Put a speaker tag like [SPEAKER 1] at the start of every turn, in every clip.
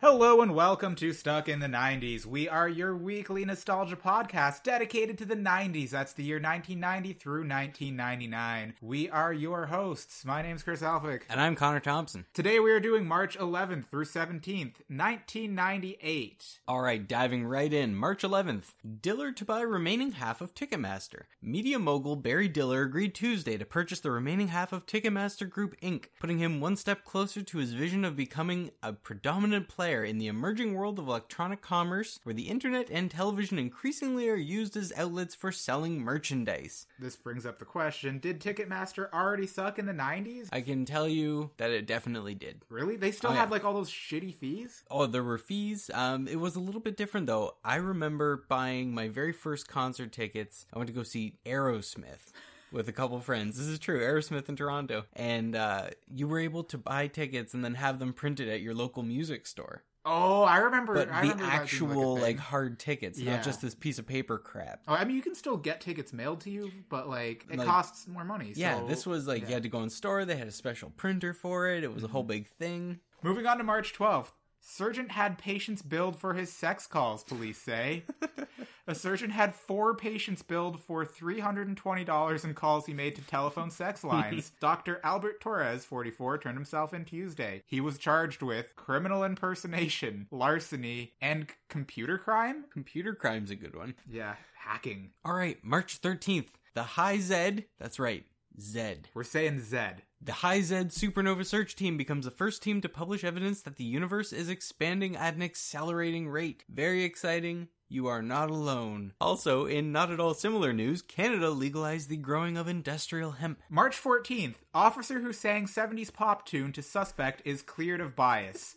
[SPEAKER 1] Hello and welcome to Stuck in the 90s. We are your weekly nostalgia podcast dedicated to the 90s. That's the year 1990 through 1999. We are your hosts. My name's Chris Alphick.
[SPEAKER 2] And I'm Connor Thompson.
[SPEAKER 1] Today we are doing March 11th through 17th, 1998.
[SPEAKER 2] All right, diving right in. March 11th, Diller to buy remaining half of Ticketmaster. Media mogul Barry Diller agreed Tuesday to purchase the remaining half of Ticketmaster Group Inc., putting him one step closer to his vision of becoming a predominant player in the emerging world of electronic commerce, where the internet and television increasingly are used as outlets for selling merchandise.
[SPEAKER 1] This brings up the question Did Ticketmaster already suck in the 90s?
[SPEAKER 2] I can tell you that it definitely did.
[SPEAKER 1] Really? They still
[SPEAKER 2] Oh, yeah.
[SPEAKER 1] have like all those shitty fees?
[SPEAKER 2] Oh, there were fees. Um, it was a little bit different though. I remember buying my very first concert tickets. I went to go see Aerosmith with a couple friends. This is true. Aerosmith in Toronto, and uh, you were able to buy tickets and then have them printed at your local music store.
[SPEAKER 1] Oh, I remember.
[SPEAKER 2] But
[SPEAKER 1] I
[SPEAKER 2] the
[SPEAKER 1] remember that being,
[SPEAKER 2] actual
[SPEAKER 1] like, a thing.
[SPEAKER 2] like, hard tickets,
[SPEAKER 1] Yeah.
[SPEAKER 2] not just this piece of paper crap.
[SPEAKER 1] Oh, I mean, you can still get tickets mailed to you, but like it
[SPEAKER 2] Like-
[SPEAKER 1] costs more money.
[SPEAKER 2] yeah,
[SPEAKER 1] so-
[SPEAKER 2] this was like you had to go in store. They had a special printer for it. It was a
[SPEAKER 1] Mm-hmm.
[SPEAKER 2] whole big thing.
[SPEAKER 1] Moving on to March 12th. Surgeon had patients billed for his sex calls, police say. a surgeon had four patients billed for $320 in calls he made to telephone sex lines. Dr. Albert Torres, 44, turned himself in Tuesday. He was charged with criminal impersonation, larceny, and c- computer crime?
[SPEAKER 2] Computer crime's a good one.
[SPEAKER 1] Yeah, hacking.
[SPEAKER 2] All right, March 13th, the High Zed, that's right, Zed.
[SPEAKER 1] We're saying Zed.
[SPEAKER 2] The High Zed Supernova Search Team becomes the first team to publish evidence that the universe is expanding at an accelerating rate. Very exciting. You are not alone. Also, in not at all similar news, Canada legalized the growing of industrial hemp.
[SPEAKER 1] March 14th, officer who sang 70s pop tune to suspect is cleared of bias.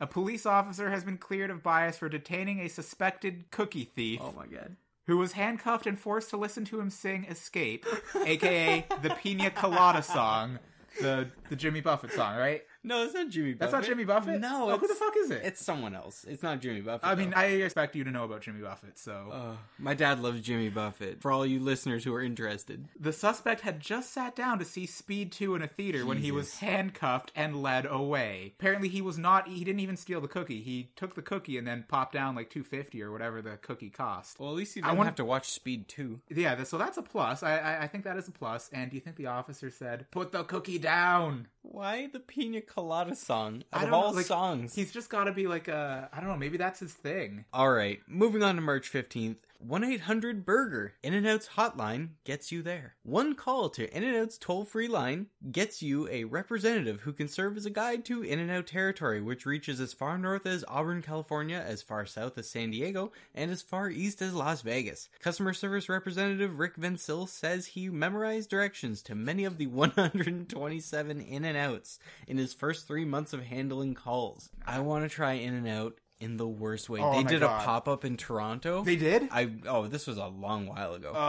[SPEAKER 1] a police officer has been cleared of bias for detaining a suspected cookie thief
[SPEAKER 2] Oh my god.
[SPEAKER 1] who was handcuffed and forced to listen to him sing Escape, aka the Pina Colada song. The the Jimmy Buffett song, right?
[SPEAKER 2] No, it's not Jimmy Buffett.
[SPEAKER 1] That's not Jimmy Buffett?
[SPEAKER 2] No,
[SPEAKER 1] Oh, who
[SPEAKER 2] it's-
[SPEAKER 1] the fuck is it?
[SPEAKER 2] It's someone else. It's not Jimmy Buffett.
[SPEAKER 1] I mean,
[SPEAKER 2] though.
[SPEAKER 1] I expect you to know about Jimmy Buffett, so.
[SPEAKER 2] Ugh, my dad loves Jimmy Buffett. For all you listeners who are interested.
[SPEAKER 1] The suspect had just sat down to see Speed 2 in a theater when he was
[SPEAKER 2] Jesus.
[SPEAKER 1] handcuffed and led away. Apparently he was not he didn't even steal the cookie. He took the cookie and then popped down like 250 or whatever the cookie cost.
[SPEAKER 2] Well, at least you
[SPEAKER 1] I
[SPEAKER 2] don't
[SPEAKER 1] want-
[SPEAKER 2] have to watch Speed 2.
[SPEAKER 1] Yeah, th- so that's a plus. I, I I think that is a plus. And do you think the officer said, "Put the cookie down"?
[SPEAKER 2] Why the Pina Colada song?
[SPEAKER 1] I
[SPEAKER 2] Out
[SPEAKER 1] don't
[SPEAKER 2] of all
[SPEAKER 1] know, like,
[SPEAKER 2] songs.
[SPEAKER 1] He's just got to be like a I don't know, maybe that's his thing.
[SPEAKER 2] All right, moving on to March 15th. 1 800 Burger, In N Out's hotline, gets you there. One call to In N Out's toll free line gets you a representative who can serve as a guide to In N Out territory, which reaches as far north as Auburn, California, as far south as San Diego, and as far east as Las Vegas. Customer service representative Rick Vensil says he memorized directions to many of the 127 In N Outs in his first three months of handling calls. I want to try In N Out. In the worst way,
[SPEAKER 1] Oh
[SPEAKER 2] they
[SPEAKER 1] my
[SPEAKER 2] did
[SPEAKER 1] God.
[SPEAKER 2] a pop up in Toronto.
[SPEAKER 1] They did?
[SPEAKER 2] I oh, this was a long while ago,
[SPEAKER 1] Oh,
[SPEAKER 2] but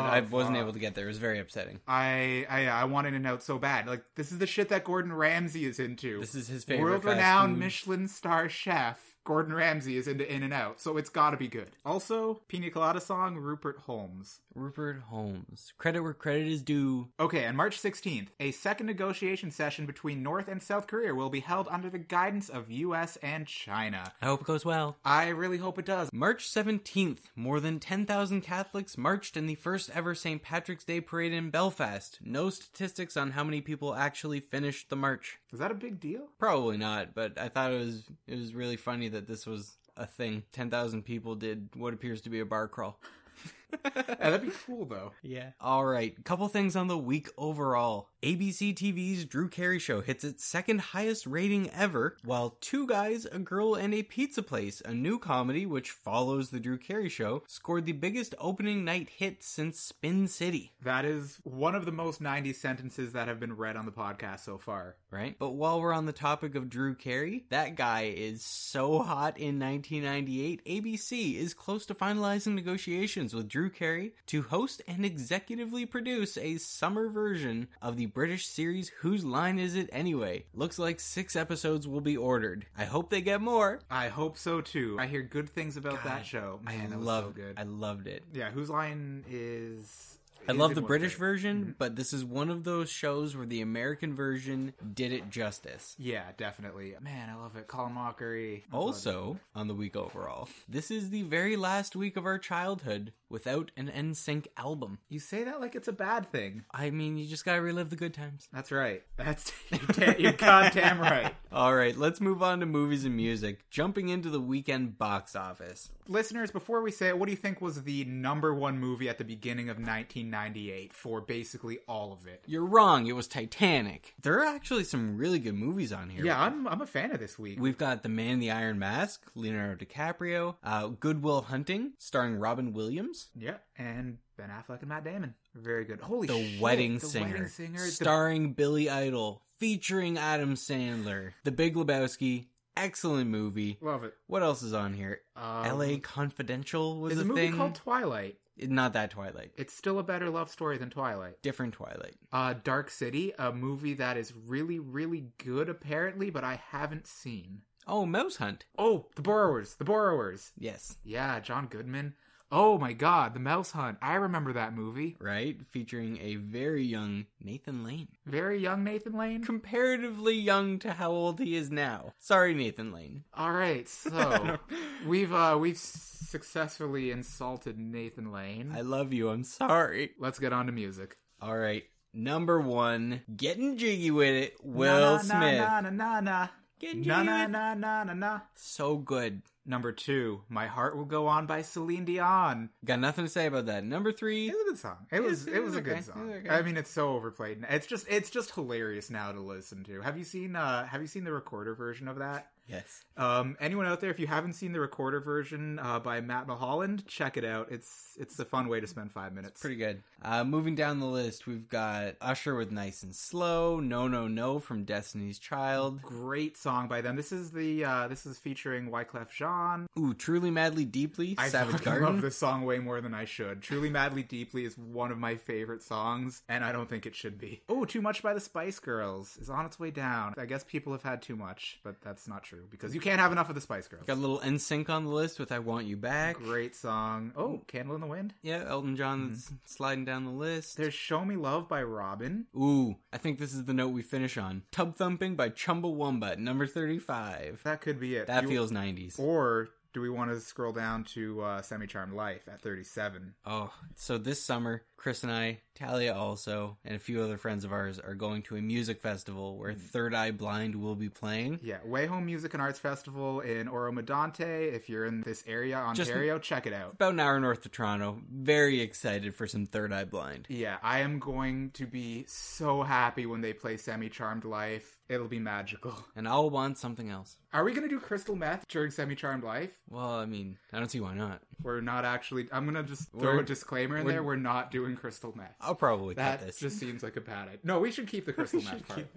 [SPEAKER 2] I wasn't able to get there. It was very upsetting.
[SPEAKER 1] I I I wanted to out so bad. Like this is the shit that Gordon Ramsay is into.
[SPEAKER 2] This is his favorite
[SPEAKER 1] world-renowned
[SPEAKER 2] fast
[SPEAKER 1] Michelin star chef Gordon Ramsay is into In and Out, so it's got to be good. Also, Pina Colada song Rupert Holmes.
[SPEAKER 2] food. Rupert Holmes. Credit where credit is due.
[SPEAKER 1] Okay, on March 16th, a second negotiation session between North and South Korea will be held under the guidance of US and China.
[SPEAKER 2] I hope it goes well.
[SPEAKER 1] I really hope it does.
[SPEAKER 2] March 17th, more than 10,000 Catholics marched in the first ever St. Patrick's Day parade in Belfast. No statistics on how many people actually finished the march.
[SPEAKER 1] Is that a big deal?
[SPEAKER 2] Probably not, but I thought it was it was really funny that this was a thing. 10,000 people did what appears to be a bar crawl.
[SPEAKER 1] Yeah, that'd be cool though.
[SPEAKER 2] Yeah. All right. Couple things on the week overall. ABC TV's Drew Carey Show hits its second highest rating ever, while Two Guys, a Girl, and a Pizza Place, a new comedy which follows the Drew Carey Show, scored the biggest opening night hit since Spin City.
[SPEAKER 1] That is one of the most 90s sentences that have been read on the podcast so far.
[SPEAKER 2] Right? But while we're on the topic of Drew Carey, that guy is so hot in 1998. ABC is close to finalizing negotiations with Drew Carey to host and executively produce a summer version of the British series Whose Line Is It Anyway? Looks like six episodes will be ordered. I hope they get more.
[SPEAKER 1] I hope so too. I hear good things about that show. Man,
[SPEAKER 2] I
[SPEAKER 1] that was
[SPEAKER 2] love
[SPEAKER 1] so good.
[SPEAKER 2] I loved it.
[SPEAKER 1] Yeah, whose line is
[SPEAKER 2] I
[SPEAKER 1] His
[SPEAKER 2] love the
[SPEAKER 1] was
[SPEAKER 2] British
[SPEAKER 1] great.
[SPEAKER 2] version, but this is one of those shows where the American version did it justice.
[SPEAKER 1] Yeah, definitely. Man, I love it. Colin Mockery. I love it.
[SPEAKER 2] Also, on the week overall, this is the very last week of our childhood without an NSYNC album.
[SPEAKER 1] you say that like it's a bad thing.
[SPEAKER 2] I mean, you just gotta relive the good times.
[SPEAKER 1] That's right. That's you're, da- you're goddamn right.
[SPEAKER 2] All right, let's move on to movies and music, jumping into the weekend box office.
[SPEAKER 1] Listeners, before we say it, what do you think was the number one movie at the beginning of 1998 for basically all of it?
[SPEAKER 2] You're wrong, it was Titanic. There are actually some really good movies on here.
[SPEAKER 1] Yeah, I'm I'm a fan of this week.
[SPEAKER 2] We've got The Man in the Iron Mask, Leonardo DiCaprio, uh, Goodwill Hunting, starring Robin Williams,
[SPEAKER 1] yeah, and Ben Affleck and Matt Damon. Very good. Holy
[SPEAKER 2] The
[SPEAKER 1] shit,
[SPEAKER 2] Wedding
[SPEAKER 1] the
[SPEAKER 2] Singer,
[SPEAKER 1] Wedding Singer. the-
[SPEAKER 2] starring Billy Idol, featuring Adam Sandler, The Big Lebowski. Excellent movie.
[SPEAKER 1] love it.
[SPEAKER 2] What else is on here?
[SPEAKER 1] Um,
[SPEAKER 2] L.A. Confidential was
[SPEAKER 1] There's
[SPEAKER 2] a,
[SPEAKER 1] a movie
[SPEAKER 2] thing.
[SPEAKER 1] called Twilight.
[SPEAKER 2] Not that Twilight.
[SPEAKER 1] It's still a better love story than Twilight.
[SPEAKER 2] Different Twilight.
[SPEAKER 1] Uh, Dark City, a movie that is really, really good apparently, but I haven't seen.
[SPEAKER 2] Oh, Mouse Hunt.
[SPEAKER 1] Oh, The Borrowers. The Borrowers.
[SPEAKER 2] Yes.
[SPEAKER 1] Yeah, John Goodman. Oh my god, The Mouse Hunt. I remember that movie.
[SPEAKER 2] Right? Featuring a very young Nathan Lane.
[SPEAKER 1] Very young Nathan Lane.
[SPEAKER 2] Comparatively young to how old he is now. Sorry, Nathan Lane.
[SPEAKER 1] All right, so we've uh we've successfully insulted Nathan Lane.
[SPEAKER 2] I love you. I'm sorry.
[SPEAKER 1] Let's get on to music.
[SPEAKER 2] All right. Number one, getting jiggy with it,
[SPEAKER 1] Na,
[SPEAKER 2] Will
[SPEAKER 1] na,
[SPEAKER 2] Smith.
[SPEAKER 1] Na na na na
[SPEAKER 2] Getting jiggy
[SPEAKER 1] na
[SPEAKER 2] with
[SPEAKER 1] na na
[SPEAKER 2] it.
[SPEAKER 1] na na na.
[SPEAKER 2] So good.
[SPEAKER 1] Number two, My Heart Will Go On by Celine Dion.
[SPEAKER 2] Got nothing to say about that. Number
[SPEAKER 1] It
[SPEAKER 2] three,
[SPEAKER 1] was a good song. It was
[SPEAKER 2] was-
[SPEAKER 1] it was a
[SPEAKER 2] it was okay.
[SPEAKER 1] good
[SPEAKER 2] It
[SPEAKER 1] song.
[SPEAKER 2] was okay.
[SPEAKER 1] I mean, it's so overplayed. It's just it's just hilarious now to listen to. Have you seen uh Have you seen the recorder version of that?
[SPEAKER 2] yes.
[SPEAKER 1] Um, anyone out there, if you haven't seen the recorder version uh, by Matt Mulholland, check it out. It's it's a fun way to spend five minutes.
[SPEAKER 2] Pretty good. Uh, moving down the list, we've got Usher with Nice and Slow, No No No from Destiny's Child,
[SPEAKER 1] great song by them. This is the uh, this is featuring Wyclef Jean.
[SPEAKER 2] Ooh, Truly Madly Deeply,
[SPEAKER 1] I
[SPEAKER 2] Savage
[SPEAKER 1] fucking
[SPEAKER 2] Garden.
[SPEAKER 1] love this song way more than I should. Truly, madly, deeply is one of my favorite songs, and I don't think it should be. Oh, too much by the Spice Girls is on its way down. I guess people have had too much, but that's not true because you can't have enough of the Spice Girls.
[SPEAKER 2] Got a little NSYNC on the list with I Want You Back.
[SPEAKER 1] Great song. Oh, Candle in the Wind.
[SPEAKER 2] Yeah, Elton John that's sliding down the list.
[SPEAKER 1] There's Show Me Love by Robin.
[SPEAKER 2] Ooh, I think this is the note we finish on. Tub Thumping by Chumbawamba, number 35.
[SPEAKER 1] That could be it.
[SPEAKER 2] That
[SPEAKER 1] You-
[SPEAKER 2] feels 90s.
[SPEAKER 1] Or do we want to scroll down to uh, Semi Charmed Life at 37?
[SPEAKER 2] Oh, so this summer, Chris and I, Talia also, and a few other friends of ours are going to a music festival
[SPEAKER 1] Mm.
[SPEAKER 2] where Third Eye Blind will be playing.
[SPEAKER 1] Yeah, Way Home Music and Arts Festival in Oromodante. If you're in this area,
[SPEAKER 2] Just-
[SPEAKER 1] Ontario, check it out.
[SPEAKER 2] About an hour north of Toronto. Very excited for some Third Eye Blind.
[SPEAKER 1] Yeah, I am going to be so happy when they play Semi Charmed Life. It'll be magical.
[SPEAKER 2] And I'll want something else.
[SPEAKER 1] Are we going to do crystal meth during Semi Charmed Life?
[SPEAKER 2] Well, I mean, I don't see why not.
[SPEAKER 1] We're not actually. I'm going to just throw
[SPEAKER 2] We're-
[SPEAKER 1] a disclaimer in
[SPEAKER 2] we're-
[SPEAKER 1] there. We're not doing crystal meth.
[SPEAKER 2] I'll probably
[SPEAKER 1] that
[SPEAKER 2] cut this.
[SPEAKER 1] just seems like a bad idea. No, we should keep the crystal meth part.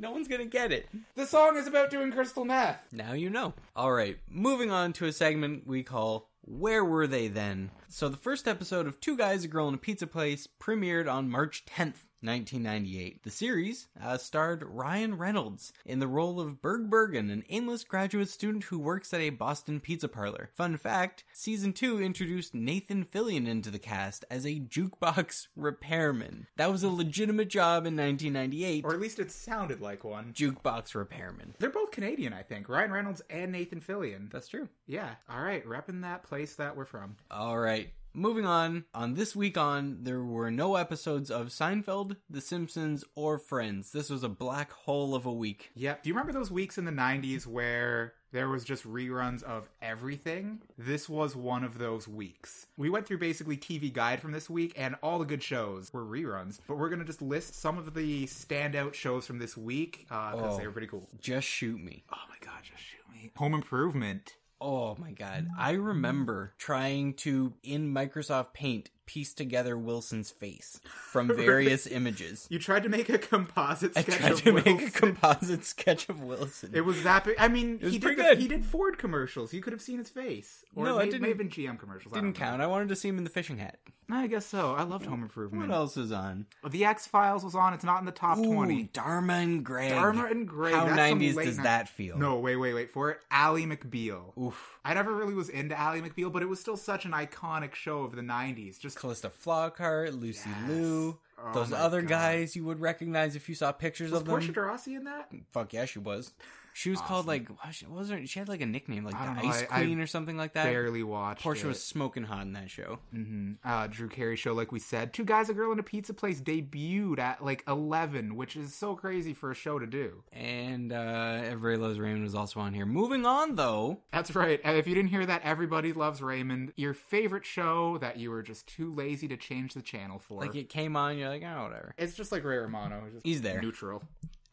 [SPEAKER 2] No one's gonna get it.
[SPEAKER 1] The song is about doing crystal meth.
[SPEAKER 2] Now you know. All right, moving on to a segment we call Where Were They Then? So, the first episode of Two Guys, a Girl, and a Pizza Place premiered on March 10th. 1998. The series uh, starred Ryan Reynolds in the role of Berg Bergen, an aimless graduate student who works at a Boston pizza parlor. Fun fact season 2 introduced Nathan Fillion into the cast as a jukebox repairman. That was a legitimate job in 1998.
[SPEAKER 1] or at least it sounded like one.
[SPEAKER 2] jukebox repairman.
[SPEAKER 1] They're both Canadian, I think. Ryan Reynolds and Nathan Fillion.
[SPEAKER 2] That's true.
[SPEAKER 1] Yeah. All right, repping that place that we're from.
[SPEAKER 2] All right. Moving on. On this week on, there were no episodes of Seinfeld, The Simpsons, or Friends. This was a black hole of a week.
[SPEAKER 1] Yep. Do you remember those weeks in the 90s where there was just reruns of everything? This was one of those weeks. We went through basically TV Guide from this week, and all the good shows were reruns, but we're going to just list some of the standout shows from this week because
[SPEAKER 2] Oh.
[SPEAKER 1] they were pretty cool.
[SPEAKER 2] Just shoot me.
[SPEAKER 1] Oh my God, just shoot me. Home Improvement.
[SPEAKER 2] Oh my god. I remember trying to, in Microsoft Paint, piece together Wilson's face from various images.
[SPEAKER 1] You tried to make a composite
[SPEAKER 2] I
[SPEAKER 1] sketch
[SPEAKER 2] tried
[SPEAKER 1] of
[SPEAKER 2] to make
[SPEAKER 1] Wilson.
[SPEAKER 2] a composite sketch of Wilson.
[SPEAKER 1] It was that big. I mean,
[SPEAKER 2] was
[SPEAKER 1] he
[SPEAKER 2] pretty
[SPEAKER 1] did
[SPEAKER 2] good.
[SPEAKER 1] the, he did Ford commercials. You could have seen his face. Or
[SPEAKER 2] No,
[SPEAKER 1] it may,
[SPEAKER 2] it didn't-
[SPEAKER 1] may have been GM commercials. I
[SPEAKER 2] didn't
[SPEAKER 1] don't know.
[SPEAKER 2] count. I wanted to see him in the fishing hat.
[SPEAKER 1] I guess so. I loved Home
[SPEAKER 2] What
[SPEAKER 1] Improvement.
[SPEAKER 2] else is on?
[SPEAKER 1] The X Files was on. It's not in the top
[SPEAKER 2] Ooh,
[SPEAKER 1] twenty.
[SPEAKER 2] Dharma and Greg.
[SPEAKER 1] Dharma and Greg.
[SPEAKER 2] How
[SPEAKER 1] That's some
[SPEAKER 2] 90s
[SPEAKER 1] late
[SPEAKER 2] does
[SPEAKER 1] night-
[SPEAKER 2] that feel?
[SPEAKER 1] No, wait, wait, wait for it. Ally McBeal.
[SPEAKER 2] Oof.
[SPEAKER 1] I never really was into Ally McBeal, but it was still such an iconic show of the '90s. Just
[SPEAKER 2] Callista Flockhart, Lucy
[SPEAKER 1] Yes.
[SPEAKER 2] Liu,
[SPEAKER 1] Oh
[SPEAKER 2] those
[SPEAKER 1] my
[SPEAKER 2] other
[SPEAKER 1] God.
[SPEAKER 2] guys you would recognize if you saw pictures
[SPEAKER 1] Was
[SPEAKER 2] of them.
[SPEAKER 1] Portia de Rossi in that?
[SPEAKER 2] Fuck yeah, she was. She was
[SPEAKER 1] Awesome.
[SPEAKER 2] called like what she- what was her? She had like a nickname like
[SPEAKER 1] I
[SPEAKER 2] the
[SPEAKER 1] don't know,
[SPEAKER 2] Ice
[SPEAKER 1] I- I
[SPEAKER 2] Queen or something like that.
[SPEAKER 1] Barely watched.
[SPEAKER 2] Portia
[SPEAKER 1] it.
[SPEAKER 2] was smoking hot in that show.
[SPEAKER 1] hmm Uh, Drew Carey show, like we said, two guys, a girl, and a pizza place debuted at like eleven, which is so crazy for a show to do.
[SPEAKER 2] And uh Everybody Loves Raymond was also on here. Moving on though,
[SPEAKER 1] That's right. And If you didn't hear that, everybody loves Raymond. Your favorite show that you were just too lazy to change the channel for.
[SPEAKER 2] like it came on, you're like, oh whatever.
[SPEAKER 1] it's just like Ray Romano. it's Just
[SPEAKER 2] He's there.
[SPEAKER 1] Neutral.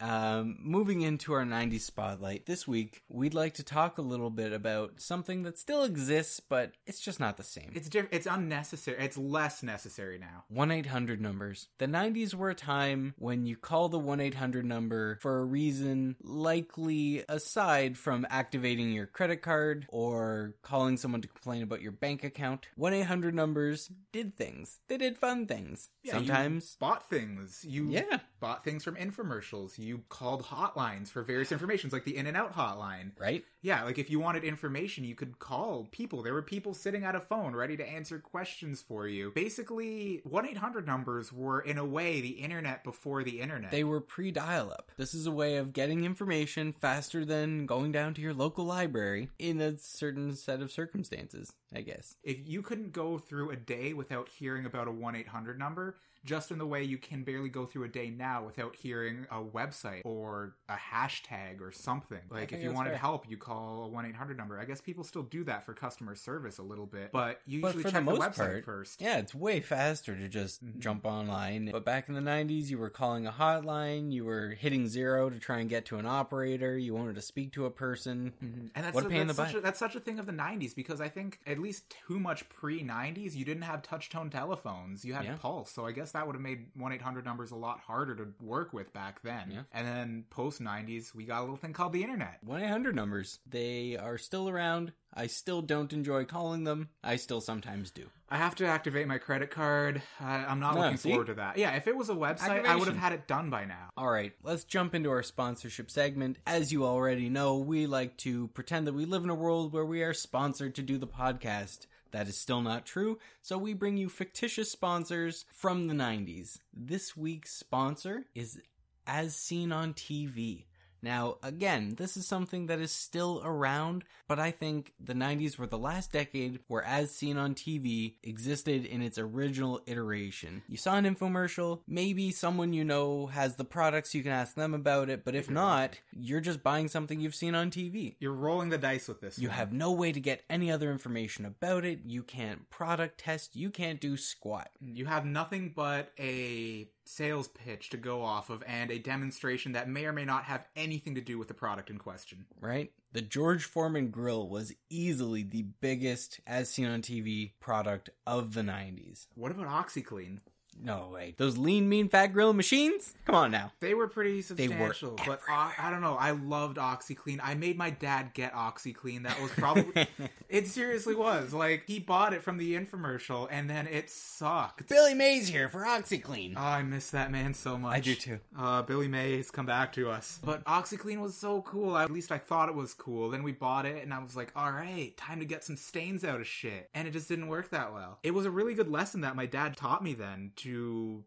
[SPEAKER 2] Um, moving into our 90s spotlight, this week we'd like to talk a little bit about something that still exists, but it's just not the same.
[SPEAKER 1] It's diff- It's unnecessary. It's less necessary now.
[SPEAKER 2] 1 800 numbers. The 90s were a time when you call the 1 800 number for a reason likely aside from activating your credit card or calling someone to complain about your bank account. 1 800 numbers did things, they did fun things.
[SPEAKER 1] Yeah, you- Mm.
[SPEAKER 2] Sometimes.
[SPEAKER 1] Bought things. You
[SPEAKER 2] Yeah.
[SPEAKER 1] bought things from infomercials. You called hotlines for various informations, like the In and Out hotline.
[SPEAKER 2] Right?
[SPEAKER 1] Yeah, like if you wanted information, you could call people. There were people sitting at a phone ready to answer questions for you. Basically, 1 800 numbers were, in a way, the internet before the internet.
[SPEAKER 2] They were pre dial up. This is a way of getting information faster than going down to your local library in a certain set of circumstances, I guess.
[SPEAKER 1] if you couldn't go through a day without hearing about a 1 800 number, just in the way you can barely go through a day now without hearing a website or a hashtag or something. Like,
[SPEAKER 2] think
[SPEAKER 1] if you
[SPEAKER 2] that's
[SPEAKER 1] wanted
[SPEAKER 2] fair.
[SPEAKER 1] help, you call a 1 800 number. I guess people still do that for customer service a little bit, but you
[SPEAKER 2] But
[SPEAKER 1] usually
[SPEAKER 2] for the
[SPEAKER 1] check the,
[SPEAKER 2] most
[SPEAKER 1] website
[SPEAKER 2] part,
[SPEAKER 1] first.
[SPEAKER 2] Yeah, it's way faster to just
[SPEAKER 1] Mhm.
[SPEAKER 2] jump online. But back in the 90s, you were calling a hotline, you were hitting zero to try and get to an operator, you wanted to speak to a person.
[SPEAKER 1] Mhm. And that's,
[SPEAKER 2] What a
[SPEAKER 1] a-
[SPEAKER 2] pain in
[SPEAKER 1] that's
[SPEAKER 2] the
[SPEAKER 1] such
[SPEAKER 2] butt.
[SPEAKER 1] A, that's such a thing of the '90s because I think at least too much pre-'90s, you didn't have touch-tone telephones. You had
[SPEAKER 2] Yeah.
[SPEAKER 1] pulse, so I guess that would have made one eight hundred numbers a lot harder to work with back then.
[SPEAKER 2] Yeah.
[SPEAKER 1] And then post-'90s, we got a little thing called the internet.
[SPEAKER 2] 1 800 numbers. They are still around. I still don't enjoy calling them. I still sometimes do.
[SPEAKER 1] I have to activate my credit card. I, I'm not
[SPEAKER 2] No,
[SPEAKER 1] looking
[SPEAKER 2] see?
[SPEAKER 1] forward to that. Yeah, if it was a website, I would
[SPEAKER 2] Activation.
[SPEAKER 1] have had it done by now.
[SPEAKER 2] All right, let's jump into our sponsorship segment. As you already know, we like to pretend that we live in a world where we are sponsored to do the podcast. That is still not true, so we bring you fictitious sponsors from the 90s. This week's sponsor is As Seen on TV. Now, again, this is something that is still around, but I think the 90s were the last decade where As Seen on TV existed in its original iteration. You saw an infomercial, maybe someone you know has the products, you can ask them about it, but if not, you're just buying something you've seen on TV.
[SPEAKER 1] You're rolling the dice with this.
[SPEAKER 2] You
[SPEAKER 1] one.
[SPEAKER 2] have no way to get any other information about it, you can't product test, you can't do squat.
[SPEAKER 1] You have nothing but a sales pitch to go off of and a demonstration that may or may not have anything to do with the product in question.
[SPEAKER 2] right? The George Foreman grill was easily the biggest as seen on TV product of the 90s.
[SPEAKER 1] What about OxyClean?
[SPEAKER 2] No way. Those lean, mean, fat grill machines? Come on now.
[SPEAKER 1] They were pretty
[SPEAKER 2] were
[SPEAKER 1] substantial, but
[SPEAKER 2] everywhere.
[SPEAKER 1] I, I don't know. I loved OxyClean. I made my dad get OxyClean. That was probably it. Seriously, was like he bought it from the infomercial, and then it sucked.
[SPEAKER 2] Billy Mays here for OxyClean.
[SPEAKER 1] Oh, I miss that man so much.
[SPEAKER 2] I do too.
[SPEAKER 1] Uh, Billy May has come back to us. But OxyClean was so cool. At least I thought it was cool. Then we bought it, and I was like, all right, time to get some stains out of shit. And it just didn't work that well. It was a really good lesson that my dad taught me then to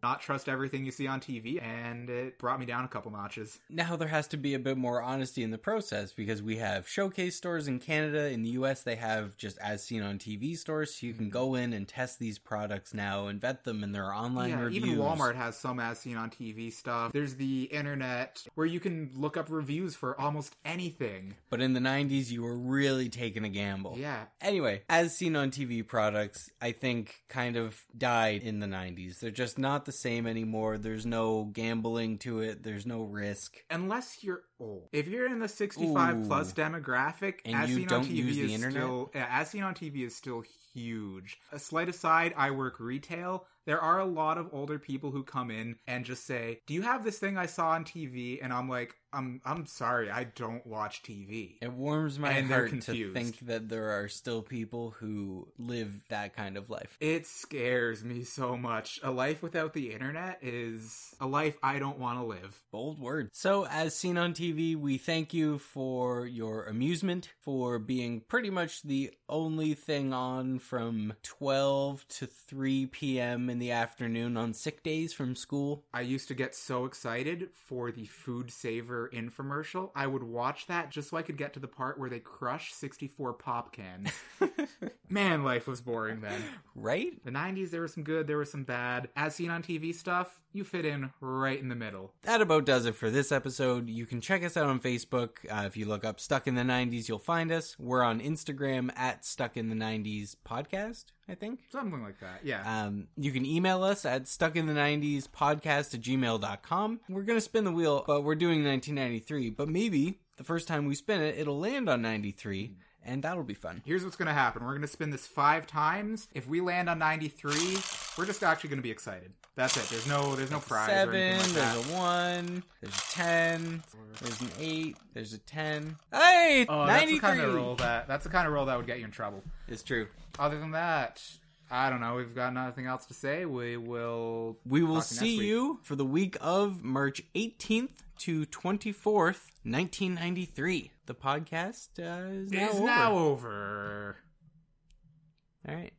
[SPEAKER 1] not trust everything you see on TV, and it brought me down a couple notches.
[SPEAKER 2] Now there has to be a bit more honesty in the process because we have showcase stores in Canada. In the US, they have just as seen on TV stores. So you can go in and test these products now and vet them, and there are online
[SPEAKER 1] yeah,
[SPEAKER 2] reviews.
[SPEAKER 1] even Walmart has some as seen on TV stuff. There's the internet where you can look up reviews for almost anything.
[SPEAKER 2] But in the 90s, you were really taking a gamble.
[SPEAKER 1] Yeah,
[SPEAKER 2] Anyway, as seen on TV products, I think kind of died in the 90s. They're just not the same anymore. There's no gambling to it, there's no risk.
[SPEAKER 1] unless you're old. If you're in the 65
[SPEAKER 2] Ooh.
[SPEAKER 1] plus demographic,
[SPEAKER 2] And
[SPEAKER 1] as
[SPEAKER 2] you
[SPEAKER 1] seen
[SPEAKER 2] don't
[SPEAKER 1] on TV
[SPEAKER 2] use the
[SPEAKER 1] is
[SPEAKER 2] internet?
[SPEAKER 1] still yeah, as seen on TV is still huge. A slight aside, I work retail. There are a lot of older people who come in and just say, "Do you have this thing I saw on TV?" And I'm like, "I'm I'm sorry, I don't watch TV."
[SPEAKER 2] It warms my
[SPEAKER 1] And they're
[SPEAKER 2] heart to
[SPEAKER 1] confused.
[SPEAKER 2] think that there are still people who live that kind of life.
[SPEAKER 1] It scares me so much. A life without the internet is a life I don't want to live.
[SPEAKER 2] Bold word. So, as seen on TV TV, we thank you for your amusement, for being pretty much the only thing on from 12 to 3 p.m. in the afternoon on sick days from school.
[SPEAKER 1] I used to get so excited for the Food Saver infomercial. I would watch that just so I could get to the part where they crush 64 pop cans. Man, life was boring then.
[SPEAKER 2] right?
[SPEAKER 1] The 90s, there was some good, there was some bad. As seen on TV stuff, you fit in right in the middle.
[SPEAKER 2] That about does it for this episode. You can check us out on Facebook. Uh, if you look up Stuck in the 90s, you'll find us. We're on Instagram at Stuck in the 90s Podcast, I think.
[SPEAKER 1] Something like that, yeah.
[SPEAKER 2] Um, you can email us at stuckinthe90spodcast at gmail.com. We're going to spin the wheel, but we're doing 1993. But maybe the first time we spin it, it'll land on 93, and that'll be fun.
[SPEAKER 1] Here's what's going to happen. We're going to spin this five times. If we land on 93, we're just actually going to be excited. That's it. There's no there's no prize or
[SPEAKER 2] Seven,
[SPEAKER 1] anything like
[SPEAKER 2] there's
[SPEAKER 1] that.
[SPEAKER 2] a one, there's a 10, there's an eight, there's a 10. Hey!
[SPEAKER 1] Oh, that's the
[SPEAKER 2] 93!
[SPEAKER 1] kind of roll that that's the kind of roll that would get you in trouble.
[SPEAKER 2] It's true.
[SPEAKER 1] Other than that, I don't know. We've got nothing else to say. We will
[SPEAKER 2] We will
[SPEAKER 1] talk to you next
[SPEAKER 2] see
[SPEAKER 1] week.
[SPEAKER 2] you for the week of March 18th to 24th, 1993. The podcast uh, is now
[SPEAKER 1] It's
[SPEAKER 2] over.
[SPEAKER 1] now over.
[SPEAKER 2] All right.